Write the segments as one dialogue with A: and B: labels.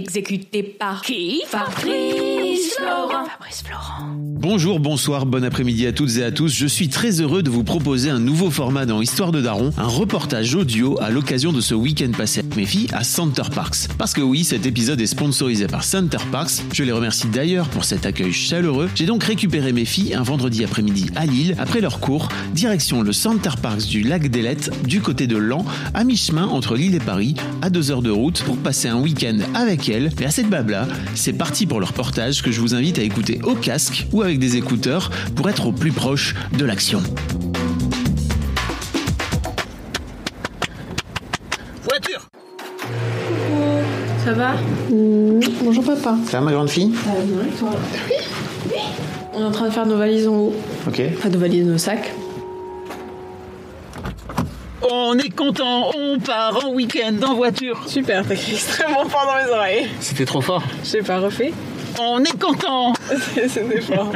A: Exécuté par qui Fabrice Florent. Fabrice Florent.
B: Bonjour, bonsoir, bon après-midi à toutes et à tous. Je suis très heureux de vous proposer un nouveau format dans Histoire de Daron, un reportage audio à l'occasion de ce week-end passé avec mes filles à Center Parks. Parce que oui, cet épisode est sponsorisé par Center Parks. Je les remercie d'ailleurs pour cet accueil chaleureux. J'ai donc récupéré mes filles un vendredi après-midi à Lille, après leur cours, direction le Center Parks du lac d'Elette, du côté de Lan, à mi-chemin entre Lille et Paris, à deux heures de route, pour passer un week-end avec elles. Et à cette blabla, c'est parti pour leur portage que je vous invite à écouter au casque ou avec des écouteurs pour être au plus proche de l'action.
C: Voiture
D: Ça va
E: Bonjour papa.
B: Ça va ma grande fille
D: On est en train de faire nos valises en haut.
B: Ok.
D: Enfin, nos valises, nos sacs.
C: On est content, on part en week-end en voiture.
D: Super, t'as crié extrêmement fort dans mes oreilles.
B: C'était trop fort.
D: J'ai pas refait.
C: On est content
D: C'était fort.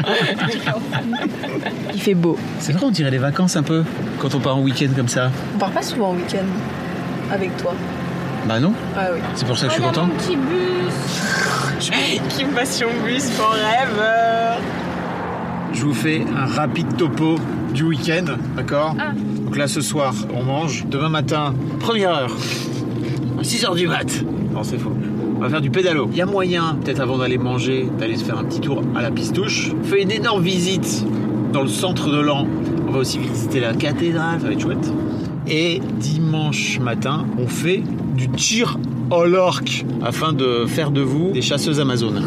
D: Il fait beau.
B: C'est vrai on dirait les vacances un peu quand on part en week-end comme ça.
D: On part pas souvent en week-end avec toi.
B: Bah non,
D: Ah oui.
B: c'est pour ça que je suis content.
A: petit bus.
D: Qui me passion bus forever
F: Je vous fais un rapide topo du week-end, d'accord Donc là, ce soir, on mange. Demain matin, première heure, 6h du mat. Non, c'est faux. On va faire du pédalo. Il y a moyen, peut-être avant d'aller manger, d'aller se faire un petit tour à la pistouche. On fait une énorme visite dans le centre de l'an. On va aussi visiter la cathédrale, ça va être chouette. Et dimanche matin, on fait du tir à l'orque afin de faire de vous des chasseuses amazones.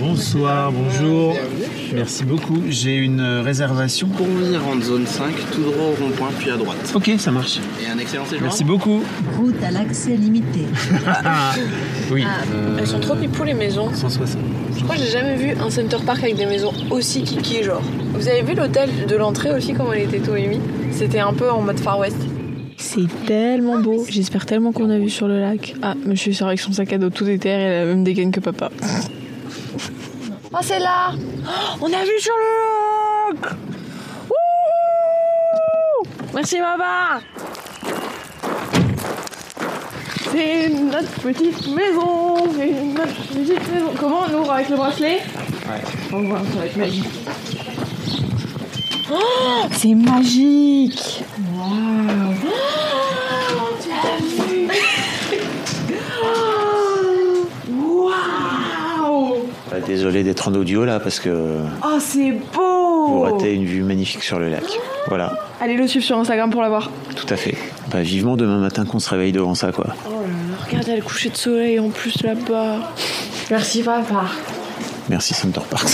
F: Bonsoir, bonjour. Merci beaucoup. J'ai une euh, réservation.
G: Pour vous y rendre, zone 5, tout droit au rond-point, puis à droite.
F: Ok, ça marche.
G: Et un excellent séjour.
F: Merci beaucoup.
H: Route à l'accès limité. Ah.
F: Oui. euh,
D: Elles sont trop pipou les maisons.
G: 160.
D: Je crois que j'ai jamais vu un center park avec des maisons aussi kiki genre. Vous avez vu l'hôtel de l'entrée aussi comment elle était tout émis C'était un peu en mode Far West. C'est tellement beau. J'espère tellement qu'on a vu sur le lac. Ah, monsieur sort avec son sac à dos tout déterre et elle a la même dégaine que papa. Oh, c'est là Oh, On a vu sur le lac Wouhou Merci, papa C'est notre petite maison C'est notre petite maison Comment on ouvre avec le bracelet Ouais. On voit, ça va être magique. Oh, c'est magique Waouh
B: Euh, Désolé d'être en audio là parce que
D: Oh, c'est beau
H: Oh.
B: vous ratez une vue magnifique sur le lac. Voilà,
D: Allez le suivre sur Instagram pour l'avoir.
B: tout à fait. Bah vivement demain matin qu'on se réveille devant ça quoi.
D: Oh là là, regardez le coucher de soleil en plus là-bas. Merci papa.
B: Merci Center Parks.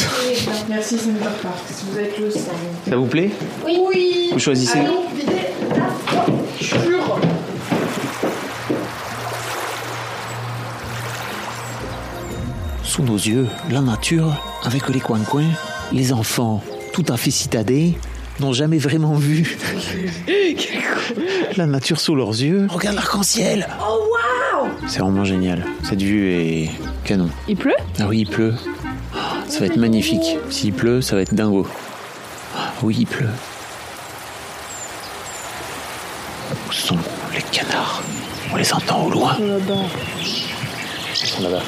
D: Merci Center Park, vous êtes le sang.
B: Ça vous plaît Oui. Vous choisissez. Sous nos yeux, la nature, avec les coins-coins, les enfants, tout à fait citadés, n'ont jamais vraiment vu la nature sous leurs yeux. Regarde l'arc-en-ciel Oh wow C'est vraiment génial. Cette vue est canon.
D: Il pleut
B: Ah oui, il pleut. Ah, Ça va être magnifique. S'il pleut, ça va être dingo. Ah Oui, il pleut. Où sont les canards On les entend au loin. Ils sont là-bas.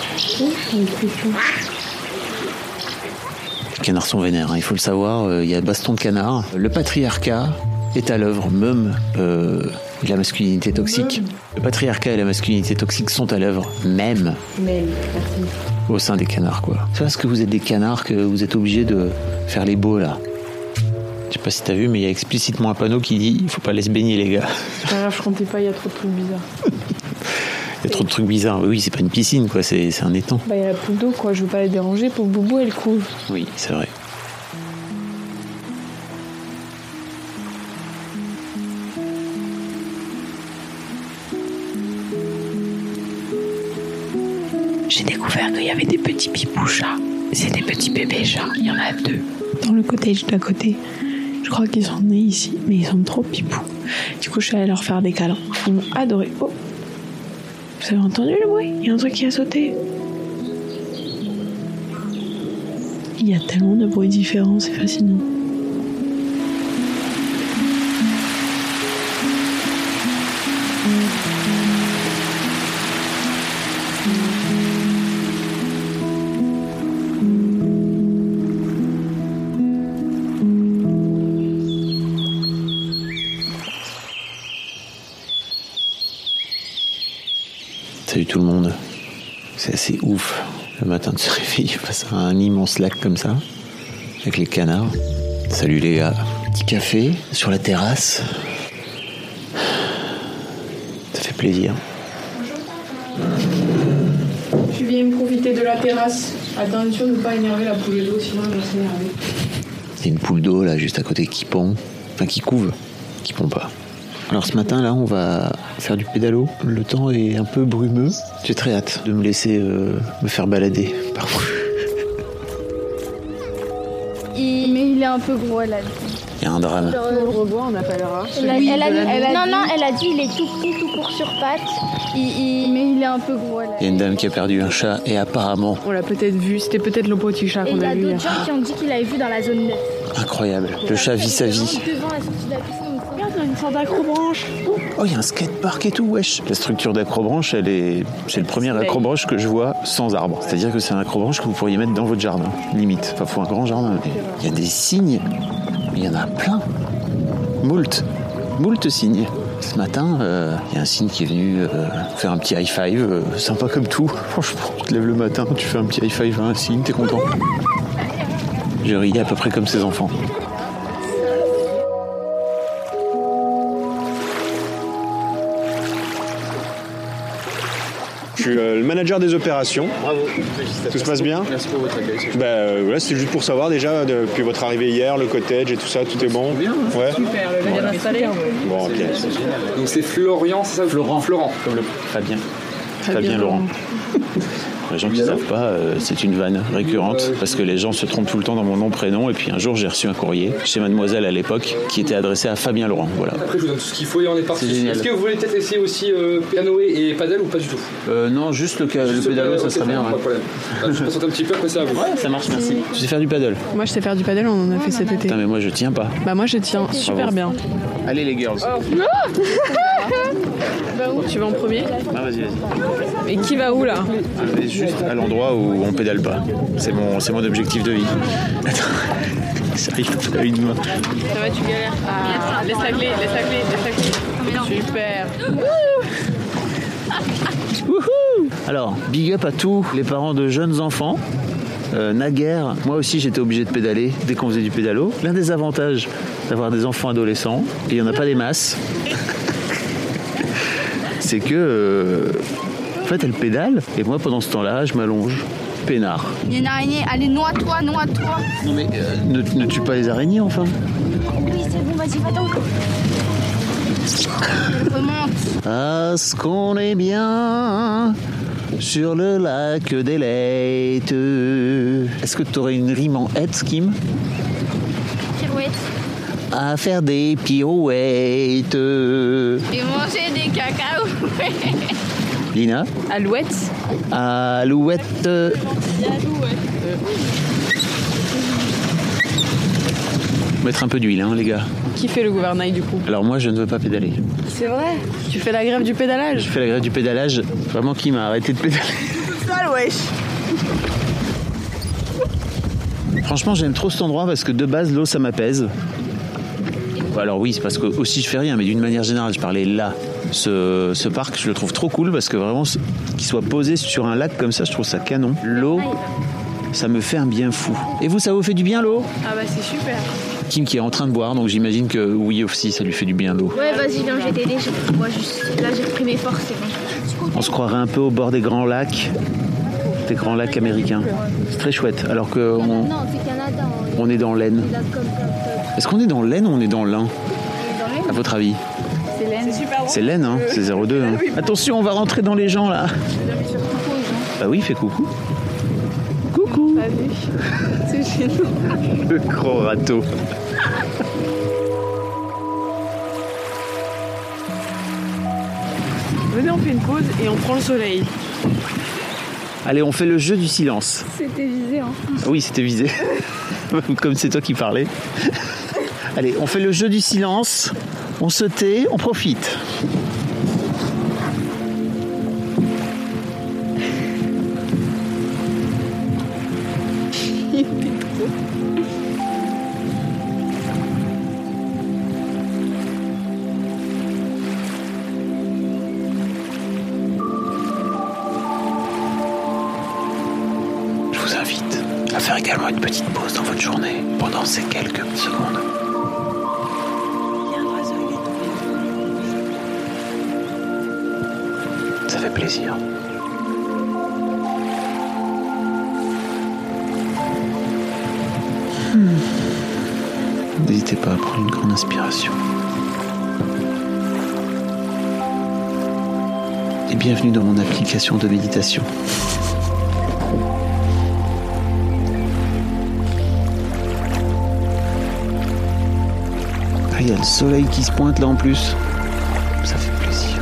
B: Les canards sont vénères, hein, il faut le savoir. euh, Il y a baston de canard. Le patriarcat est à l'œuvre, même euh, la masculinité toxique. Le patriarcat et la masculinité toxique sont à l'œuvre, même au sein des canards, quoi. C'est parce que vous êtes des canards que vous êtes obligés de faire les beaux, là. Je sais pas si t'as vu, mais il y a explicitement un panneau qui dit il faut pas aller se baigner, les gars.
D: C'est pas grave, je comptais pas, il y a trop de trucs bizarres.
B: Il y a trop de trucs bizarres. Oui, c'est pas une piscine, quoi, c'est c'est un étang.
D: Bah, il y a la poule d'eau quoi, je veux pas la déranger pour Boubou elle coule.
B: Oui, c'est vrai.
A: J'ai découvert qu'il y avait des petits pipous chats. C'est des petits bébés chats. Il y en a deux.
D: Dans le cottage d'à côté, je crois qu'ils sont nés ici, mais ils sont trop pipous. Du coup, je suis allée leur faire des câlins. Ils m'ont adoré. Oh Vous avez entendu le bruit Il y a un truc qui a sauté. Il y a tellement de bruits différents, c'est fascinant.
B: Salut tout le monde. C'est assez ouf le matin de se réveiller face à un immense lac comme ça, avec les canards. Salut les gars. Petit café sur la terrasse. Ça fait plaisir.
D: Tu viens profiter de la terrasse. Attention de ne pas énerver la poule d'eau, sinon elle va s'énerver.
B: Il y a une poule d'eau là juste à côté qui pond, enfin qui couve, qui pond pas. Alors ce matin là on va faire du pédalo. Le temps est un peu brumeux. J'ai très hâte de me laisser euh, me faire balader par vous.
I: Il- Mais il est un peu gros, elle a dit.
B: Il y a un drame.
I: Genre,
D: On le
I: euh,
D: revoit, on appellera.
I: elle a- elle a- elle a
J: Non,
I: dit-
J: non, elle a dit il est tout petit, tout court sur pattes. Il, il-
I: Mais il est un peu gros, elle a
B: Il y a une dame qui a perdu un chat et apparemment
D: On l'a peut-être vu, c'était peut-être le petit chat
J: Et il
D: qu'on
J: y
D: a
J: a
D: vu
J: d'autres
D: hier.
J: gens qui ont dit qu'il avait vu dans la zone 9.
B: incroyable. Le chat vit sa hein. vie.
J: Devant la sortie de la piscine.
D: Une sorte d'acrobranche.
B: Oh il y a un skatepark et tout wesh. La structure d'acrobranche elle est, c'est le premier acrobranche que je vois sans arbre. C'est-à-dire que c'est un acrobranche que vous pourriez mettre dans votre jardin, limite. Enfin faut un grand jardin. mais Il y a des signes. Mais Il y en a plein. Moult. Moult signes. Ce matin, euh, il y a un signe qui est venu euh, faire un petit high five, euh, sympa comme tout. Franchement, tu te lèves le matin, tu fais un petit high five à un signe, t'es content. Je riais à peu près comme ses enfants.
K: Je suis euh, le manager des opérations.
G: Bravo.
K: Tout se passe bien
G: Merci pour votre accueil.
K: Bah, euh, voilà, c'est juste pour savoir déjà, depuis votre arrivée hier, le cottage et tout ça, tout est bon
B: hein.
K: Ouais
C: Super, le bien installé.
K: Bon, ok.
G: Donc c'est Florian, c'est ça Florent. Florent. Comme le...
B: Fabien. Fabien Laurent. Les gens qui ne savent pas, euh, c'est une vanne récurrente parce que les gens se trompent tout le temps dans mon nom, prénom. Et puis un jour, j'ai reçu un courrier chez Mademoiselle à l'époque qui était adressé à Fabien Laurent. Voilà.
L: Après, je vous donne tout ce qu'il faut et on est parti.
B: C'est génial.
L: Est-ce que vous voulez peut-être essayer aussi euh, canoë et paddle ou pas du tout
B: Euh, non, juste le,
L: Juste, euh, ok, Pas de problème. Ah, Je présente un petit peu, après c'est à vous.
B: ça marche, merci. Tu sais faire du paddle
D: Moi, je sais faire du paddle, on en a fait cet été.
B: Putain, mais moi je tiens pas.
D: Bah, moi, je tiens super bien.
B: Allez les girls.
D: Oh. Bah, Tu vas en premier
B: Ah, vas-y, vas-y.
D: Et qui va où là
B: Allez juste à l'endroit où on pédale pas. C'est mon, c'est mon objectif de vie. Attends, j'arrive pas à une main.
D: Ça va, tu galères. laisse la clé, laisse la clé, laisse la clé. Super.
B: Alors, big up à tous les parents de jeunes enfants. Euh, naguère, moi aussi j'étais obligé de pédaler dès qu'on faisait du pédalo. L'un des avantages d'avoir des enfants adolescents, et il n'y en a pas des masses, c'est que. euh, en fait, elle pédale, et moi pendant ce temps-là, je m'allonge. Peinard.
J: Il y a une araignée, allez, noie-toi, noie-toi.
B: Non mais euh, ne, ne tue pas les araignées enfin.
J: Oui, c'est bon, vas-y, va-t'en. Elle remonte.
B: Ah, ce qu'on est bien sur le lac des Leites. Est-ce que tu aurais une rime en head, Kim
J: Pirouette.
B: à faire des pirouettes.
J: Et manger des cacaos.
B: Lina,
D: Alouette.
B: alouette. Mettre un peu d'huile, hein, les gars.
D: Qui fait le gouvernail du coup
B: Alors moi, je ne veux pas pédaler.
D: C'est vrai Tu fais la grève du pédalage
B: Je fais la grève du pédalage. Vraiment, qui m'a arrêté de pédaler
D: Sale wesh
B: Franchement, j'aime trop cet endroit parce que de base, l'eau, ça m'apaise. Alors oui, c'est parce que aussi je fais rien, mais d'une manière générale, je parlais là. Ce, ce parc, je le trouve trop cool parce que vraiment, ce- qu'il soit posé sur un lac comme ça, je trouve ça canon. L'eau, ça me fait un bien fou. Et vous, ça vous fait du bien l'eau
D: Ah bah c'est super
B: Kim qui est en train de boire, donc j'imagine que oui aussi, ça lui fait du bien l'eau.
J: Ouais, vas-y, viens, je vais t'aider. j'ai- Moi, juste, là, j'ai repris mes forces, c'est bon.
B: On se croirait un peu au bord des grands lacs, des grands lacs américains. C'est très chouette, alors qu'on
J: Non, c'est Canada.
B: on est dans l'Aisne.
J: Là, comme ça.
B: Est-ce qu'on est dans l'Aisne ou on est dans l'Ain À votre avis
J: C'est laine.
B: C'est l'Aisne, hein c'est 02. hein. Attention, on va rentrer dans les gens là. Bah oui, fais coucou. Coucou. Le gros râteau.
D: Venez, on fait une pause et on prend le soleil.
B: Allez, on fait le jeu du silence.
I: C'était visé, hein.
B: Oui, c'était visé. Comme c'est toi qui parlais. Allez, on fait le jeu du silence. On se tait, on profite.
A: faire également une petite pause dans votre journée pendant ces quelques secondes. Ça fait plaisir. Hmm. N'hésitez pas à prendre une grande inspiration. Et bienvenue dans mon application de méditation. Ah, Il y a le soleil qui se pointe là en plus. Ça fait plaisir.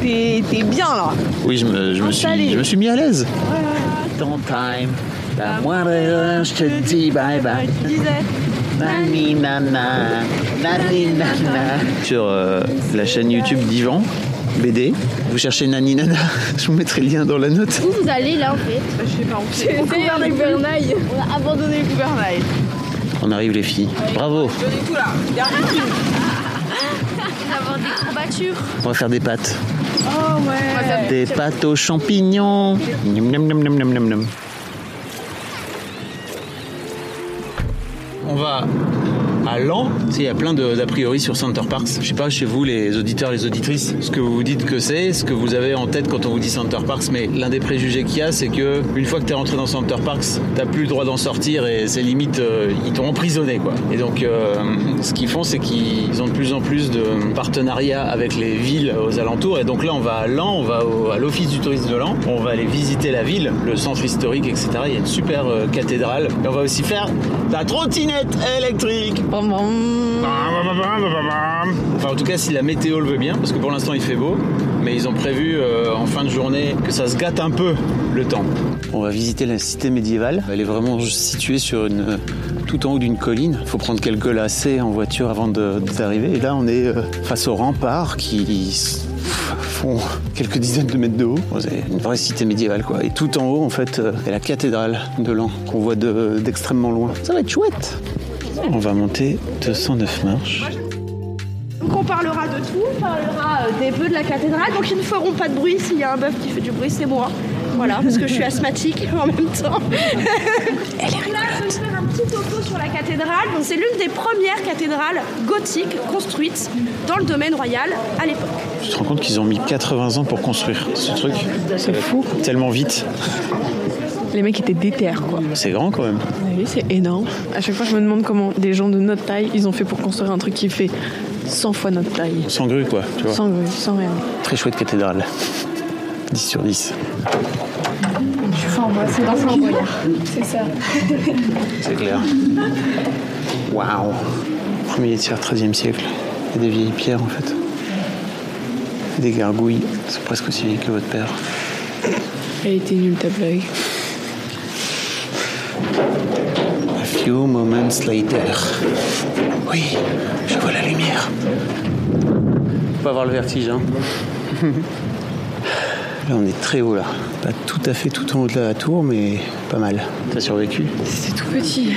D: T'es t'es bien là.
B: Oui, je me, je me suis, je me suis mis à l'aise.
C: Ton time. La moindre erreur, je te dis bye bye. Nani nana, nani nana.
B: Sur euh, la chaîne YouTube d'Ivan, BD. Vous cherchez Nani Nana, je vous mettrai le lien dans la note.
J: Où vous allez là en fait
D: Je sais pas, on
J: J'ai essayé le gouvernail.
D: On a abandonné le gouvernail.
B: On arrive les filles. Bravo,
D: Je dis tout là. Dernier film.
J: D'avoir des courbatures.
B: on va faire des pâtes.
D: Oh ouais.
B: Des pâtes aux champignons. Miam, miam, miam, miam, miam, miam, miam. On va à Lan. Tu sais, il y a plein de- d'a priori sur Center Parks. Je sais pas chez vous, les auditeurs, les auditrices, ce que vous vous dites que c'est, ce que vous avez en tête quand on vous dit Center Parks. Mais l'un des préjugés qu'il y a, c'est que une fois que t'es rentré dans Center Parks, t'as plus le droit d'en sortir et c'est limite, euh, ils t'ont emprisonné quoi. Et donc, euh, ce qu'ils font, c'est qu'ils ont de plus en plus de partenariats avec les villes aux alentours. Et donc là, on va à Lan, on va au- à l'office du tourisme de Lan, on va aller visiter la ville, le centre historique, etc. Il y a une super euh, cathédrale. Et on va aussi faire de la trottinette électrique. Enfin, en tout cas, si la météo le veut bien, parce que pour l'instant il fait beau, mais ils ont prévu euh, en fin de journée que ça se gâte un peu le temps. On va visiter la cité médiévale. Elle est vraiment située sur une, euh, tout en haut d'une colline. Il faut prendre quelques lacets en voiture avant de- d'arriver. Et là, on est euh, face aux remparts qui s- font quelques dizaines de mètres de haut. Bon, C'est une vraie cité médiévale, quoi. Et tout en haut, en fait, euh, il y a la cathédrale de l'an qu'on voit de- d'extrêmement loin. Ça va être chouette. On va monter 209 marches.
I: Donc on parlera de tout, on parlera euh, des bœufs de la cathédrale, donc ils ne feront pas de bruit, s'il y a un bœuf qui fait du bruit, c'est moi. Voilà, parce que je suis asthmatique en même temps. Donc là, je vais faire un petit topo sur la cathédrale. Donc c'est l'une des premières cathédrales gothiques construites dans le domaine royal à l'époque.
B: Tu te rends compte qu'ils ont mis 80 ans pour construire ce truc C'est fou. Tellement vite.
D: Les mecs étaient déter quoi.
B: C'est grand quand même.
D: Oui, c'est énorme. À chaque fois, je me demande comment des gens de notre taille, ils ont fait pour construire un truc qui fait 100 fois notre taille.
B: Sans grue quoi, tu vois.
D: Sans grue, sans rien.
B: Très chouette cathédrale. 10 sur 10.
I: C'est dans
J: C'est ça.
B: C'est clair. Waouh. Premier tiers, 13e siècle. Il y a des vieilles pierres en fait. Des gargouilles. C'est presque aussi vieille que votre père.
D: Elle était nulle, ta blague.
B: A few moments later. Oui, je vois la lumière. Faut pas avoir le vertige, hein. Là, on est très haut, là. Pas tout à fait tout en haut de la tour, mais pas mal. T'as survécu
D: C'est tout petit.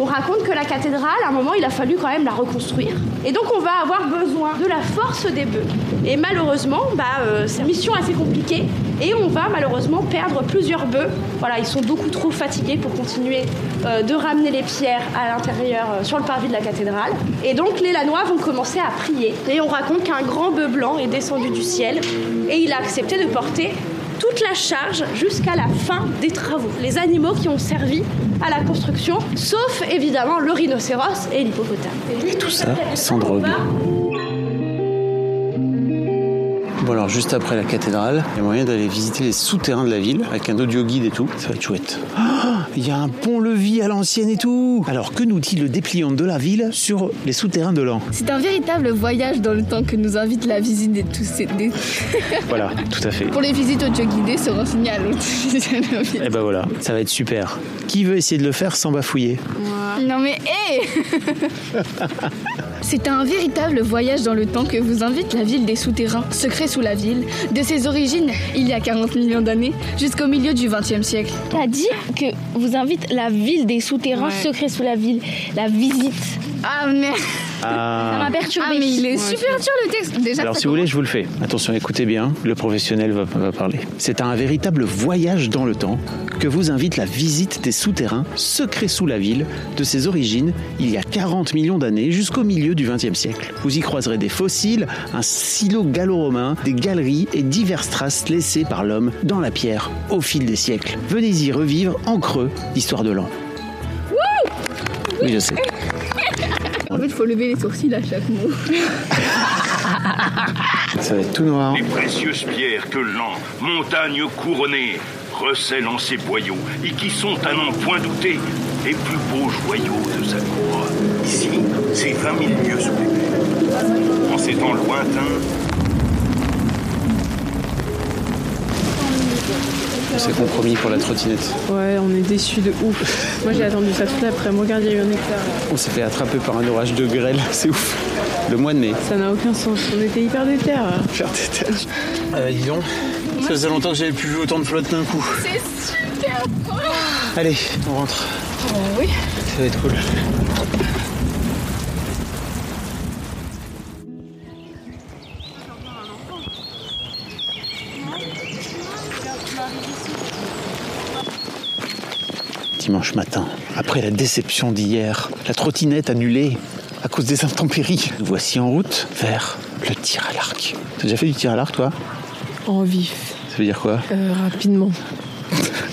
I: On raconte que la cathédrale, à un moment, il a fallu quand même la reconstruire. Et donc, on va avoir besoin de la force des bœufs. Et malheureusement, bah, euh, c'est une mission assez compliquée. Et on va malheureusement perdre plusieurs bœufs. Voilà, ils sont beaucoup trop fatigués pour continuer euh, de ramener les pierres à l'intérieur euh, sur le parvis de la cathédrale. Et donc, les Lanois vont commencer à prier. Et on raconte qu'un grand bœuf blanc est descendu du ciel et il a accepté de porter toute la charge jusqu'à la fin des travaux. Les animaux qui ont servi à la construction, sauf évidemment le rhinocéros et l'hippopotame. Et
B: tout ça sans drogue. Bon, alors, juste après la cathédrale, il y a moyen d'aller visiter les souterrains de la ville avec un audio guide et tout. Ça va être chouette. Ah, Il y a un pont-levis à l'ancienne et tout Alors, que nous dit le dépliant de la ville sur les souterrains de l'an
J: C'est un véritable voyage dans le temps que nous invite la visite de tous ces. des-
B: Voilà, tout à fait.
J: Pour les visites audio guidées, se renseigner à l'autre visite de la ville.
B: Eh ben voilà, ça va être super. Qui veut essayer de le faire sans bafouiller
J: Non mais hé C'est un véritable voyage dans le temps que vous invite la ville des souterrains, secret sous la ville, de ses origines, il y a 40 millions d'années, jusqu'au milieu du 20e siècle.
I: T'as dit que vous invite la ville des souterrains,
J: Ouais.
I: secret sous la ville, la visite.
J: Ah merde
I: Ça m'a perturbé.
J: Ah mais il est super dur le texte Déjà,
B: Alors
J: ça
B: si vous voulez, je vous le fais. Attention, écoutez bien, le professionnel va, va parler. C'est un véritable voyage dans le temps que vous invite la visite des souterrains secrets sous la ville, de ses origines il y a 40 millions d'années jusqu'au milieu du XXe siècle. Vous y croiserez des fossiles, un silo gallo-romain, des galeries et diverses traces laissées par l'homme dans la pierre au fil des siècles. Venez y revivre en creux l'histoire de l'an. Oui, je sais.
J: En fait, il faut lever les sourcils à chaque mot.
B: Ça va être tout noir.
M: Les précieuses pierres que l'an, montagne couronnée, recèle en ses boyaux et qui sont à n'en point douter les plus beaux joyaux de sa cour. Ici, c'est 20 000 lieux sous les En ces temps lointains,
B: C'est compromis pour la trottinette.
D: Ouais, on est déçus de ouf. Moi, j'ai attendu ça toute l'après-midi. Regarde, il y a eu un hectare.
B: On s'est fait attraper par un orage de grêle, c'est ouf. Le mois de mai.
D: Ça n'a aucun sens. On était hyper déter.
B: Faire des tâches. Euh, dis donc, ça faisait longtemps que j'avais plus vu autant de flotte d'un coup.
D: C'est super Euh,
B: Allez, on rentre.
D: oui.
B: Ça va être cool. Dimanche matin, après la déception d'hier, la trottinette annulée à cause des intempéries, nous voici en route vers le tir à l'arc. T'as déjà fait du tir à l'arc, toi
D: En vif.
B: Ça veut dire quoi
D: Euh, rapidement.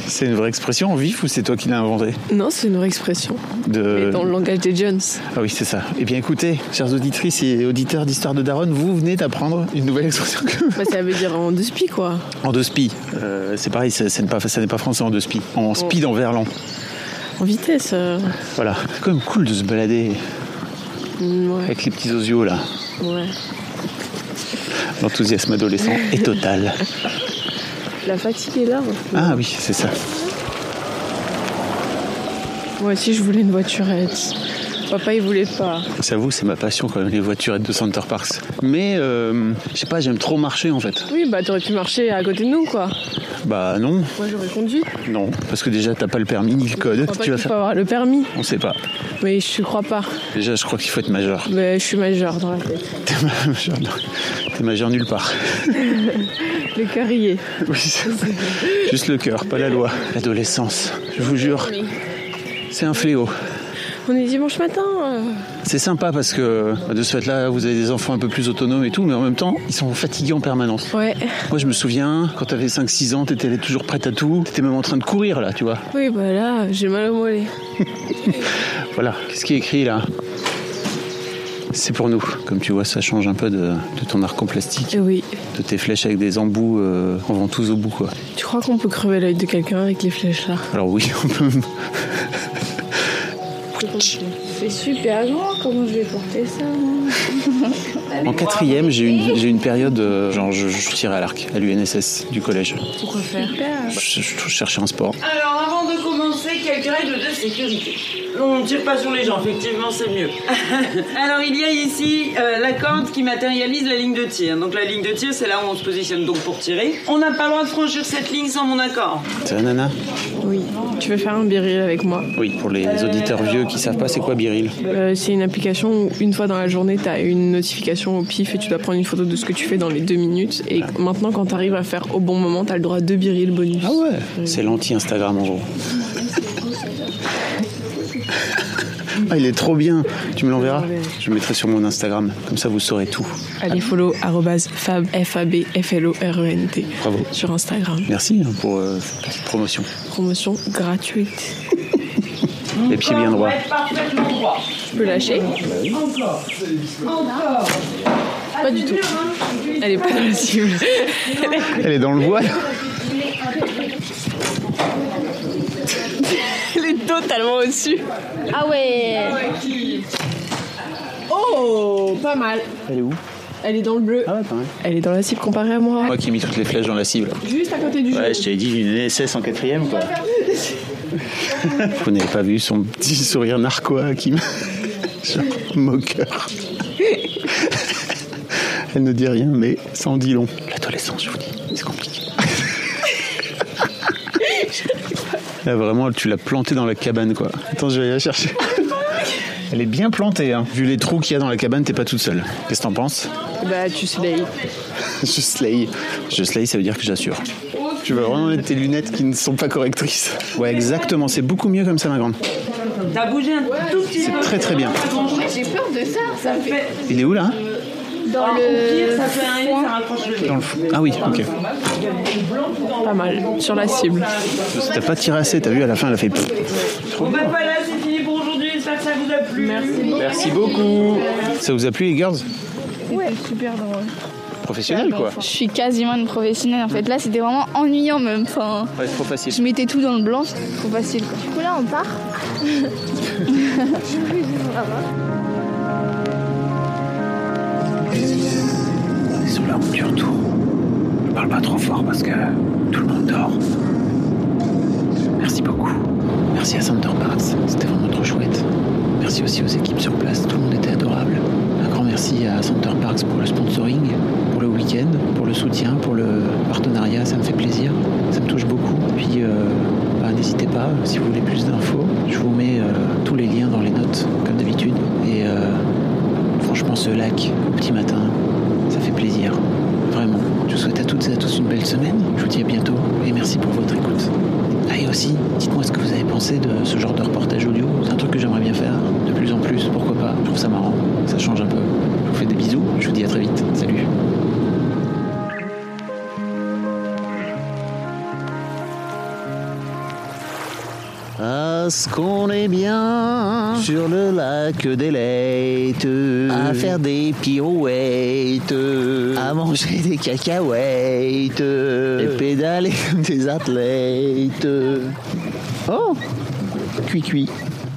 B: C'est une vraie expression en vif ou c'est toi qui l'as inventée
D: Non, c'est une vraie expression.
B: De-
D: Dans le langage des Jones.
B: Ah oui, c'est ça. Eh bien, écoutez, chères auditrices et auditeurs d'Histoire de Daronne, vous venez d'apprendre une nouvelle expression que-
D: Bah, ça veut dire en deux spi, quoi.
B: en deux spi. Euh, c'est pareil, ça, ça n'est pas, ça n'est pas français en deux spi.
D: Oh.
B: En speed en verlan.
D: En vitesse. euh.
B: Voilà. C'est quand même cool de se balader
D: Mm, ouais.
B: avec les petits osios là.
D: ouais.
B: L'enthousiasme adolescent est total.
D: La fatigue est là. hein.
B: Ah oui, c'est ça.
D: Moi aussi, je voulais une voiturette. Papa, il voulait pas.
B: J'avoue, c'est ma passion quand même, les voiturettes de Center Parks. Mais, euh, je sais pas, j'aime trop marcher en fait.
D: Oui, bah, t'aurais pu marcher à côté de nous, quoi.
B: Bah non,
D: Moi, j'aurais conduit.
B: non, parce que déjà t'as pas le permis ni le
D: Je
B: code.
D: crois pas
B: Tu vas
D: qu'il faut
B: faire.
D: avoir le permis.
B: On sait pas.
D: Mais je crois pas.
B: Déjà, je crois qu'il faut être majeur.
D: Mais je suis majeure dans la tête.
B: T'es ma- majeur, non. T'es majeur nulle part.
D: le cœur y est.
B: Oui, c'est- Juste le cœur, pas la loi. L'adolescence, je vous jure, c'est un fléau.
D: On est dimanche matin. euh.
B: C'est sympa parce que de ce fait-là, vous avez des enfants un peu plus autonomes et tout, mais en même temps, ils sont fatigués en permanence.
D: Ouais.
B: Moi, je me souviens, quand t'avais 5-6 ans, t'étais toujours prête à tout. T'étais même en train de courir, là, tu vois.
D: Oui, bah là, j'ai mal au mollet.
B: Voilà. Qu'est-ce qui est écrit, là C'est pour nous. Comme tu vois, ça change un peu de, de ton arc en plastique.
D: Eh Oui.
B: De tes flèches avec des embouts euh, en ventouse au bout, quoi.
D: Tu crois qu'on peut crever l'œil de quelqu'un avec les flèches là
B: Alors oui, on peut...
N: C'est super grand, comment je vais porter ça
B: En quatrième, j'ai eu une, j'ai eu une période, euh, genre, je, je tirais à l'arc, à l'UNSS du collège. Bah,
O: Pourquoi faire
B: Je, je cherchais un sport.
O: Alors, avant de commencer, quelques règles de sécurité. On ne tire pas sur les gens, effectivement, c'est mieux. Alors, il y a ici euh, la corde qui matérialise la ligne de tir. Donc, la ligne de tir, c'est là où on se positionne donc pour tirer. On n'a pas le droit de franchir cette ligne sans mon accord.
B: C'est un nana
D: Oui. Tu veux faire un biril avec moi
B: Oui, pour les auditeurs vieux qui savent pas c'est quoi Biril.
D: Euh, C'est une application où une fois dans la journée, t'as une notification au pif et tu dois prendre une photo de ce que tu fais dans les deux minutes. Et maintenant, quand t'arrives à faire au bon moment, t'as le droit à deux birils bonus. Ah
B: ouais C'est l'anti-Instagram en gros. Ah, il est trop bien. Tu me l'enverras Je le mettrai sur mon Instagram, comme ça vous saurez tout.
D: Allez follow arrobase fab f a b f l o r e n t
B: Bravo.
D: sur Instagram.
B: Merci hein, pour euh, cette petite promotion.
D: Promotion gratuite.
B: Les pieds bien droits.
O: parfaitement droit.
D: Je peux lâcher
O: Encore. Encore.
D: Pas du tout. Elle est pas possible.
B: Elle est dans le voile.
D: Elle est totalement au-dessus.
I: Ah ouais
D: Oh, pas mal.
B: Elle est où
D: Elle est dans le bleu. Elle est dans la cible comparée à moi.
B: Moi qui ai mis toutes les flèches dans la cible.
D: Juste à côté du jeu.
B: Ouais, je t'avais dit une SS en quatrième quoi. Vous n'avez pas vu son petit sourire narquois qui me. Genre, moqueur.
P: Elle ne dit rien, mais ça en dit long.
B: L'adolescence, je vous dis, c'est compliqué.
P: Là, vraiment, tu l'as plantée dans la cabane, quoi. Attends, je vais aller la chercher. Elle est bien plantée, hein. Vu les trous qu'il y a dans la cabane, t'es pas toute seule. Qu'est-ce que t'en penses
D: Bah, tu slays.
P: Je slay. Je slay, ça veut dire que j'assure. Tu vas vraiment mettre tes lunettes qui ne sont pas correctrices. Ouais, exactement. C'est beaucoup mieux comme ça, ma grande.
O: T'as bougé un tout petit peu.
P: Très, très bien.
J: J'ai peur de ça. Ça me fait.
P: Il est où, là
J: Dans
O: Alors, au
J: le.
O: pire, ça peut arriver, ça rapproche le nez.
P: Dans le fond. Ah oui, ok.
D: Pas mal. Sur la cible.
P: T'as pas tiré assez, t'as vu, à la fin, elle a fait...
O: Bon, bah voilà, c'est fini pour aujourd'hui. J'espère que ça vous a plu.
P: Merci beaucoup. Ça vous a plu, les girls
J: Ouais, super drôle.
P: Professionnel, quoi.
J: Je suis quasiment une professionnelle en fait. Là, c'était vraiment ennuyant même. Enfin,
P: Ouais, c'est trop facile.
J: je mettais tout dans le blanc, c'était trop facile quoi. Du coup, là, on part.
B: Sur la route du retour, ne parle pas trop fort parce que tout le monde dort. Merci beaucoup. Merci à Center Parks, c'était vraiment trop chouette. Merci aussi aux équipes sur place, tout le monde était adorable. Un grand merci à Center Parks pour le sponsoring, pour le week-end, pour le soutien, pour le partenariat, ça me fait plaisir, ça me touche beaucoup. Puis euh, bah, n'hésitez pas, si vous voulez plus d'infos, je vous mets euh, tous les liens dans les notes, comme d'habitude. Et euh, Franchement, ce lac, au petit matin, ça fait plaisir. Vraiment. Je vous souhaite à toutes et à tous une belle semaine. Je vous dis à bientôt et merci pour votre écoute. Ah, et aussi, dites-moi ce que vous avez pensé de ce genre de reportage audio. C'est un truc que j'aimerais bien faire. De plus en plus, pourquoi pas. Je trouve ça marrant. Ça change un peu. Je vous fais des bisous. Je vous dis à très vite. Salut.
Q: Ah, ce qu'on est bien sur le lac des Leytes, à faire des pirouettes, à manger des cacahuètes, et pédaler comme des athlètes. Oh, cuit cuit.